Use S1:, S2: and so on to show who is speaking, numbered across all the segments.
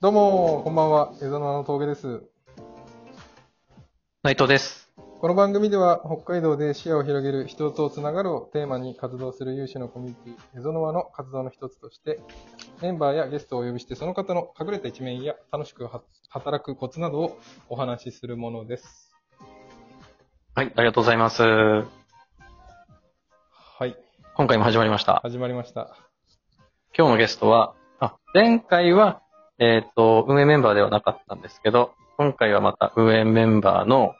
S1: どうも、こんばんは。江戸の峠です。
S2: 内藤です。
S1: この番組では、北海道で視野を広げる人とつながるをテーマに活動する有志のコミュニティ、エゾノワの活動の一つとして、メンバーやゲストをお呼びして、その方の隠れた一面や楽しくは働くコツなどをお話しするものです。
S2: はい、ありがとうございます。
S1: はい、
S2: 今回も始まりました。
S1: 始まりました。
S2: 今日のゲストは、あ、前回は、えっ、と、運営メンバーではなかったんですけど、今回はまた運営メンバーの、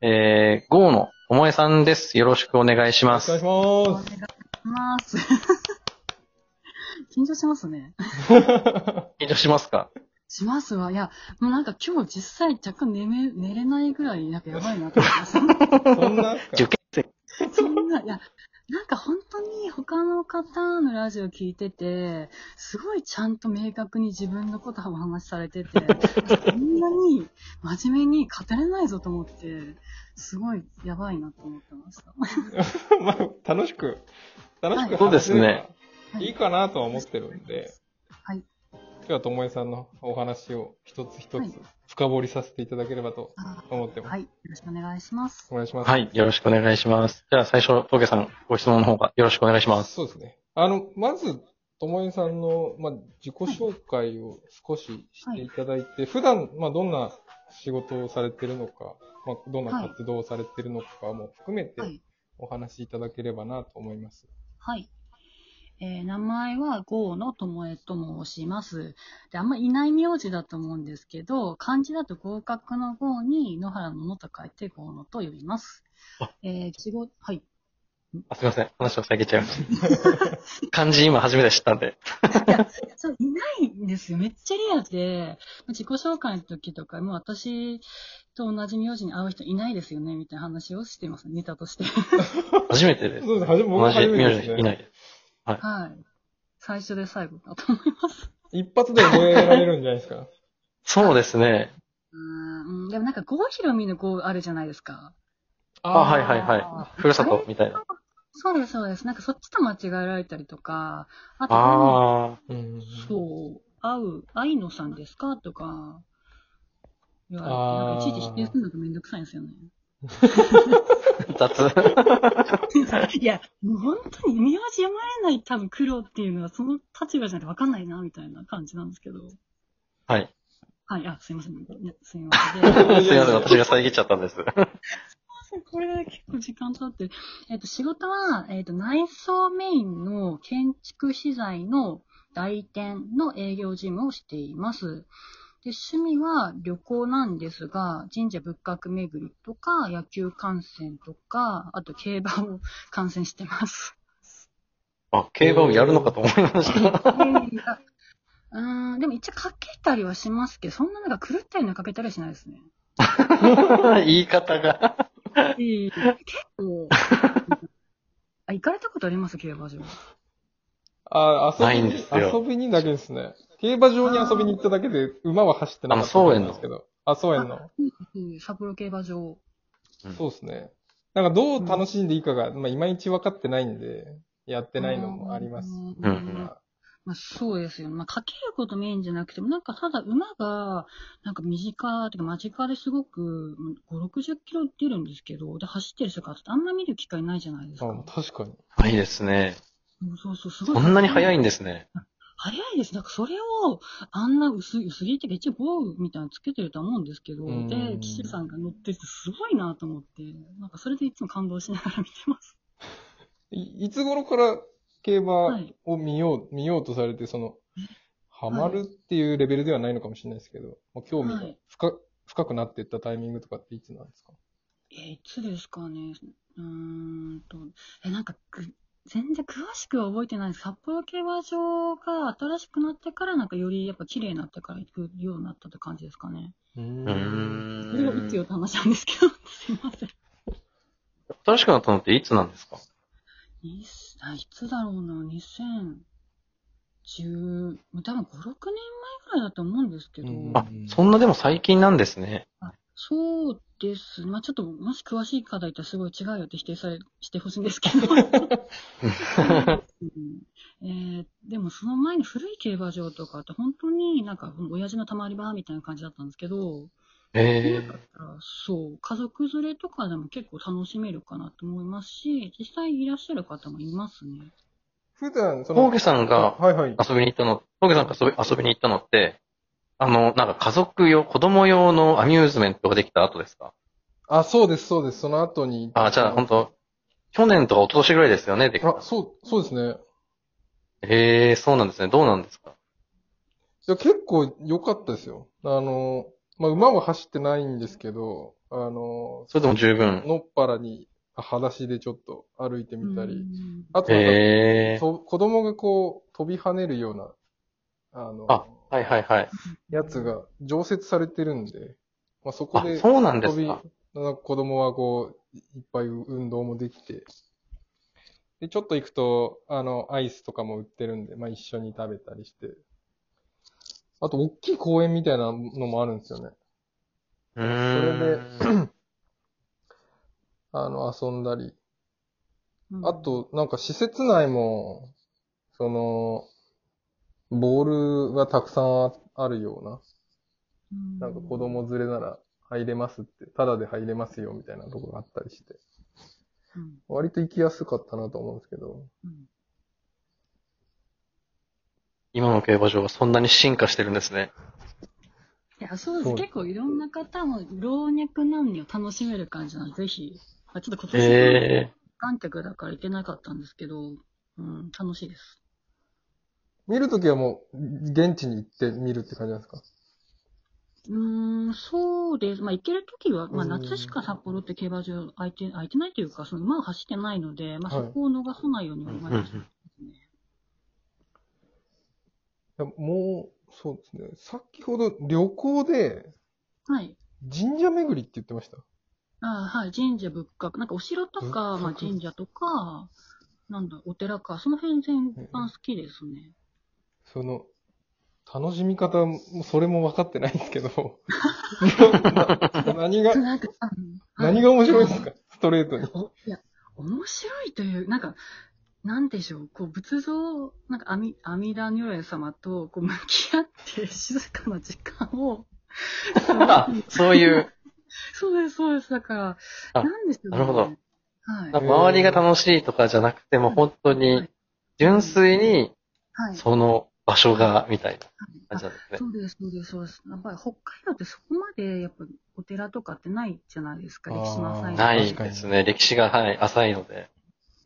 S2: えー、ゴーのともえさんです。よろしくお願いし
S1: よ
S2: ま
S1: ろし
S2: す。
S1: くお
S3: お
S1: 願い
S3: 願い
S1: し
S3: します。 緊張しますね。
S1: ます。
S2: 緊張しますか
S3: しますわ。いや、もうなんか今日実際若干寝め、寝れないぐらい、なんかやばいなと思います。
S1: そんなっすか
S2: 受験生。
S3: そんな、いや、なんか本当に他の方のラジオ聞いてて、すごいちゃんと明確に自分のことをお話しされてて、こんなに真面目に語れないぞと思って、すごいやばいなと思ってました。
S1: まあ、楽しく、楽しく話せれば、
S3: はい
S2: そうですね
S3: はい
S1: いいかなとは思ってるんで、
S3: はい。
S1: 今日はともえさんのお話を一つ一
S3: はい
S1: つ深掘りさせていただければと
S3: あ
S1: 思ってます。
S3: はい。よろしくお願いします。
S1: お願いします。。
S2: はいい、よろしくお願いします。じゃあ最初、峠さん、ご質問の方がよろしくお願いします。
S1: そうですね。あの、まず、ともえさんの、まあ、自己紹介を少ししていただいて、普段、まあ、どんな仕事をされてるのか、まあ、どんな活動をされてるのかも含めて
S3: はい。
S1: お話しいただければなと思います。
S3: はい。えー名前は郷野智恵と申します。で、あんまいない名字だと思うんですけど、漢字だと合格の郷に野原の野と書いて郷野と呼びます。えー、仕事、はい。
S2: あすいません。話を遮っちゃいま した。漢字今初めて知ったんで。
S3: そう、いないんですよ。めっちゃリアルで、自己紹介の時とか、もう私と同じ名字に会う人いないですよね、みたいな話をしてます。ネタと して。
S2: 初めてです。
S1: そうです。はじめ、僕
S2: 同
S1: は
S2: じ
S1: 初めて
S2: 名
S1: です
S2: 字いな
S1: ね。
S2: いです。
S3: はい。最初で最後だと思います。
S1: 一発で覚えられるんじゃないですか。
S2: そうですね。
S3: うーん、でもなんか郷ひろみの郷あるじゃないですか。
S2: あ、はいはいはい。ふるさとみたいな。
S3: そうです、そうです。なんかそっちと間違えられたりとか、あとこ
S2: あ
S1: い。うん。
S3: ういうの、そう、会う、愛のさんですかとか、言われて、
S1: あー
S3: なんかいちいち否定するのがめんどくさいんですよね。
S2: あ、雑。
S3: いや、もう本当に名字読まれない多分苦労っていうのはその立場じゃなくて分かんないな、みたいな感じなんですけど。
S2: はい。
S3: はい、あ、すいません。いやすいません。で
S2: すいません、私が遮っちゃったんです。
S3: これ結構時間経ってる。えっ、と、仕事は、えっ、と、内装メインの建築資材の代理店の営業事務をしています。で、趣味は旅行なんですが、神社仏閣巡りとか、野球観戦とか、あと競馬を観戦してます。
S2: あ、競馬をやるのかと思いました。
S3: うーん、でも一応かけたりはしますけど、そんななんか狂ったようなかけたりはしないですね。
S2: 言い方が。
S3: 結構。あ、行かれたことあります競馬場。
S1: あ遊びに
S2: ないんですよ
S1: 遊びにだけですね。競馬場に遊びに行っただけで、馬は走ってなかった
S2: あの
S1: んですけど。あ、そうやんの。
S3: うん札幌競馬場。
S1: そうですね。なんかどう楽しんでいいかが、まあ、いまいち分かってないんで、やってないのもあります。
S3: うん
S2: うん
S3: まあ、そうですよね。まあ、かけることメインじゃなくても、なんかただ馬が、なんか身近、てか間近ですごく、うん5、60キロ出るんですけど、で、走ってる姿ってあんま見る機会ないじゃないですか。
S1: あ確かに。
S2: いいですね。
S3: うんそうそう、すごい。
S2: こんなに早
S3: い。
S2: いんですね。
S3: 早いです。なんかそれを、あんな薄い、薄着っていうか、一応防具みたいなのつけてると思うんですけど
S1: うん、
S3: で、岸さんが乗っててすごいなと思って、なんかそれでいつも感動しながら見てます。
S1: いいつ頃から競馬
S3: はい
S1: を見よう、見ようとされて、その、ハ
S3: い
S1: マるっていうレベルではないのかもしれないですけど、まあ、興味が
S3: はい
S1: 深深くなっていったタイミングとかっていつなんですか
S3: えー、いつですかね。うーんと、え、なんかく、全然詳しくは覚えてないです。札幌競馬場が新しくなってから、なんかよりやっぱ綺麗になってから行くようになったって感じですかね。
S1: う
S2: うん
S3: それはいつ
S2: ー
S3: よっ
S2: ん。
S3: て話なんですけど、すいません。
S2: 新しくなったのっていつなんですか
S3: いつあいつだろうな、2010、多分5、6年前ぐらいだと思うんですけど、
S1: うん
S2: あ、そんなでも最近なんですね。
S3: そうです。まあちょっと、もし詳しい方いたらすごい違うよって否定され、してほしいんですけど。うんえーでもその前に古い競馬場とかって本当になんか親父のたまり場みたいな感じだったんですけど、
S2: えー、
S3: あそう、家族連れとかでも結構楽しめるかなと思いますし、実際いらっしゃる方もいますね。
S1: 普段、その、
S2: 峠さんが
S1: はいはい。
S2: 遊びに行ったの、峠さんが遊び遊びに行ったのって、あの、なんか家族用、子供用のアミューズメントができた後ですか
S1: あ、そうです、そうです。その後に。
S2: あ、じゃあ本当去年とか一昨年ぐらいですよね、できた
S1: あ、。そう、そうですね。
S2: えー、そうなんですね。どうなんですか
S1: いや、結構良かったですよ。あの、まあ、馬は走ってないんですけど、あの、
S2: それでも十分。
S1: のっぱらに、あ裸足でちょっと歩いてみた
S3: う
S1: り、
S3: ん
S1: あとなんか、
S2: えー、
S1: と子供がこう、飛び跳ねるような、あの、
S2: あはいはいはい。
S1: やつが常設されてるんで、まあ、そこ
S2: あ、
S1: で
S2: そうなんで
S1: 飛び、
S2: すか
S1: な。んか子供はこう、いっぱい運動もできて、で、ちょっと行くと、あの、アイスとかも売ってるんで、まあ、一緒に食べたりして、あと、大きい公園みたいなのもあるんですよね。
S2: うー ん。
S1: あの、遊んだり。
S3: うん
S1: あと、なんか施設内も、その、ボールがたくさんああるような。なんか子供連れなら入れますって、タダで入れますよみたいなとこがあったりして、
S3: うん
S1: 割と行きやすかったなと思うんですけど、
S3: うん
S2: 今の競馬場はそんなに進化してるんですね。
S3: いや、そう
S1: そ
S3: で
S1: う
S3: す。結構いろんな方も老若男女楽しめる感じなので、ぜひ、まあ、ちょっと今年は
S2: え
S3: 観客だから行けなかったんですけど、うん、楽しいです。
S1: 見るときはもう、現地に行って見るって感じなんですか
S3: うーん、そうです。まあ、行けるときは、まあ、
S1: うん
S3: 夏しか札幌って競馬場空いて、空いてないというか、その馬を走ってないので、まあ、
S1: は
S3: そ
S1: い
S3: こを逃さないようには
S2: ー。うん
S3: 思
S2: う
S3: います。
S2: ん
S1: いやもう、そうですね。先ほど旅行で
S3: はい。
S1: 神社巡りって言ってました。
S3: ああはい。神社仏閣。なんかお城とか、
S1: 仏閣
S3: まあ、神社とか、なんだ、お寺か、その辺全般好きですね。
S1: その、楽しみ方も、それも分かってないんですけど、 な何が、
S3: なんか、うん
S1: 何が面白いんですかストレートに。
S3: おいや、面白いという、なんか、なんでしょう、こう、仏像、なんか、阿弥阿弥陀如来様と、こう、向き合って、静かな時間 を、
S2: あ、そういう、
S3: そうです、そうです、だから、
S2: あ
S3: なんでしょう、
S2: な
S3: ね。
S2: るほど
S3: はい。
S2: なんか周りが楽しいとかじゃなくても、本当
S3: は
S2: に
S3: い、
S2: 純粋に、
S3: はい。
S2: その場所が、みたいな感じなんですね。
S3: そうです、そうです、そうです。やっぱり北海道ってそこまで、やっぱお寺とかってないじゃないですか、
S1: あー
S3: 歴史の浅い
S1: は
S2: な
S1: 確
S2: い
S1: かに
S2: ですね。歴史が、はい、浅いので。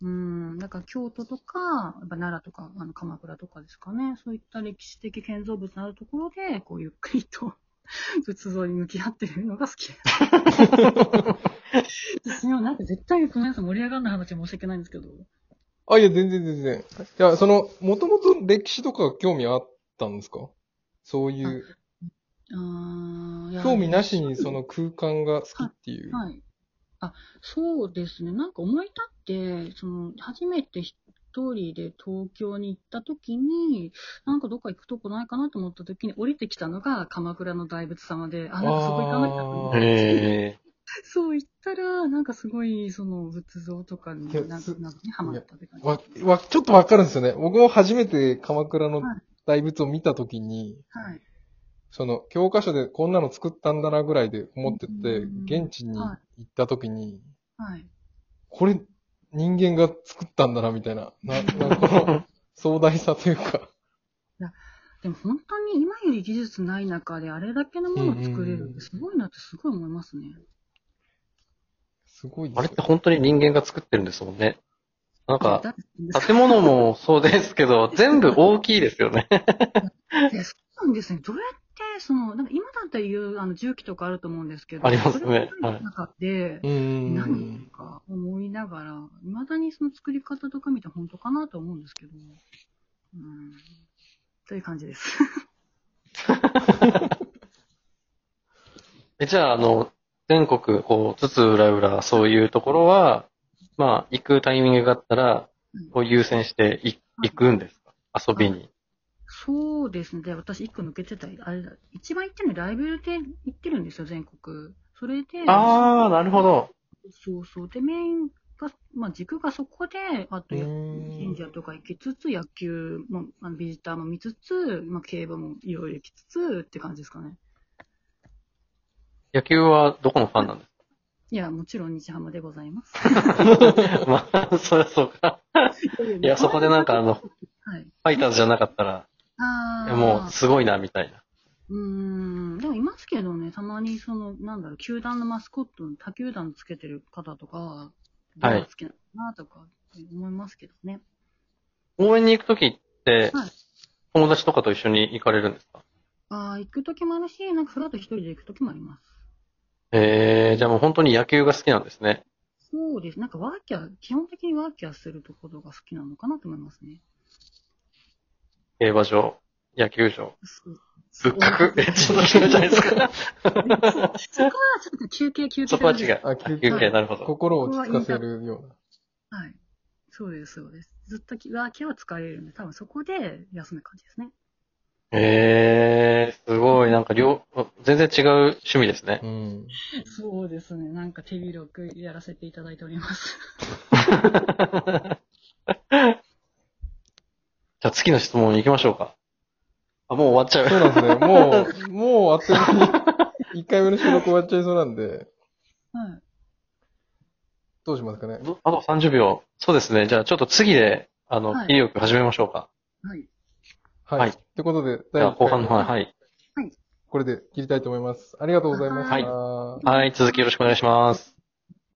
S3: うん、だから京都とか、やっぱ奈良とか、あの鎌倉とかですかね、そういった歴史的建造物のあるところで、こうゆっくりと 仏像に向き合ってるのが好きです。私もなんか 絶対ごめんなさい、盛り上がらない話申し訳ないんですけど。
S1: あ、いや、全然全然。いや、その、もともと歴史とか興味あったんですかそういう、
S3: うーんいや
S1: 興味なしにその空間が好きっていう。
S3: はい。あ、そうですね。なんか思い立って、その、初めて一人で東京に行った時に、なんかどっか行くとこないかなと思った時に降りてきたのが鎌倉の大仏様で、あ、なんかそこ行かなきゃと思って
S1: あー
S2: へえ。
S3: そう言ったら、なんかすごい、その、仏像とかに
S1: いや
S3: なんか
S1: す
S3: なんかね、ハマったって感じ。は
S1: わ、わ、ちょっとわかるんですよね。僕も初めて鎌倉の
S3: はい
S1: 大仏を見たときに、
S3: い。
S1: その、教科書でこんなの作ったんだなぐらいで思ってて、
S3: うん
S1: 現地に行ったときに、
S3: はい。
S1: これ、人間が作ったんだな、みたいな。な、なんかこ の、壮大さというか。
S3: でも本当に今より技術ない中であれだけのものを作れるってすごいなってすごい思いますね。
S1: すごいで
S2: あ
S1: す
S2: れ
S1: よ
S2: って本当に人間が作ってるんですもんね。なんか、
S3: だって
S2: 建物もそうですけど、全部大きいですよね。
S3: いやそうなんですね。どうやって、その、なんか今だったら言う、あの、重機とかあると思うんですけど、
S2: ありますね
S3: それがなかったで、
S1: うんうんう
S3: 何
S1: ん。
S3: か思いながら、いまだにその作り方とか見て本当かなと思うんですけど、うん、という感じです。
S2: えじゃあ、あの、全国、こう、つつうらうら、そういうところは、まあ、行くタイミングがあったら、こう優先してい行くんですか遊びに。
S3: そうですね。で、私一個抜けてた、あれだ、一番行ってるのライブで行ってるんですよ、全国。それで、
S2: ああ、なるほど。
S3: そうそう。で、メインが、まあ、軸がそこで、あとや
S1: うーん
S3: 神社とか行きつつ、野球も、あのビジターも見つつ、まあ、競馬もいろいろ行きつつって感じですかね。
S2: 野球はどこのファンなんです
S3: いや、もちろん日ハムでございます。
S2: かまあ、そりゃそうか。いや、そこでなんかあの、フ
S3: はい。
S2: ァイターズじゃなかったら、
S3: ああ。
S2: もうすごいな、みたいな。
S3: うーん、でもいますけどね、たまにその、なんだろう、球団のマスコットの、他球団つけてる方とか、どう好きなのかなとか思いますけどね。
S2: 応援に行くときって
S3: はい、
S2: 友達とかと一緒に行かれるんですか
S3: ああ、行くときもあるし、なんかフラッと一人で行くときもあります。
S2: ええー、じゃあもう本当に野球が好きなんですね。
S3: そうです。なんかワーキャー、基本的にワーキャーするところが好きなのかなと思いますね。
S2: 競馬場、野球場。
S3: そ
S2: 仏
S3: こは
S2: 閣、え、ちょっと違うじゃないですか。
S3: ちょっと休憩、休憩。
S2: そこは違う。
S1: あ休憩
S2: 休憩、なるほど。
S1: 心を落ち着かせるような。
S3: はい。そうです、そうです。ずっとワーキャーは疲れるんで、多分そこで休む感じですね。
S2: ええー、すごい、なんか両、全然違う趣味ですね。
S1: うん。
S3: そうですね。なんか手広くやらせていただいております。
S2: じゃあ次の質問に行きましょうか。あ、もう終わっちゃう。
S1: そうなんですね。も う、もうあっという間に1回目の収録終わっちゃいそうなんで、
S3: はい。
S1: どうしますかね。
S2: あと30秒。そうですね。じゃあちょっと次で、あの、
S3: はい
S2: 威力始めましょうか。
S3: はい。
S1: はい。
S2: はい
S1: ということで、
S2: じ
S1: 第
S2: ゃあ
S1: 1
S2: 後
S1: 回
S2: 半の方、はい。
S1: これで切りたいと思います。ありがとうございました。
S2: はいはい、続きよろしくお願いします。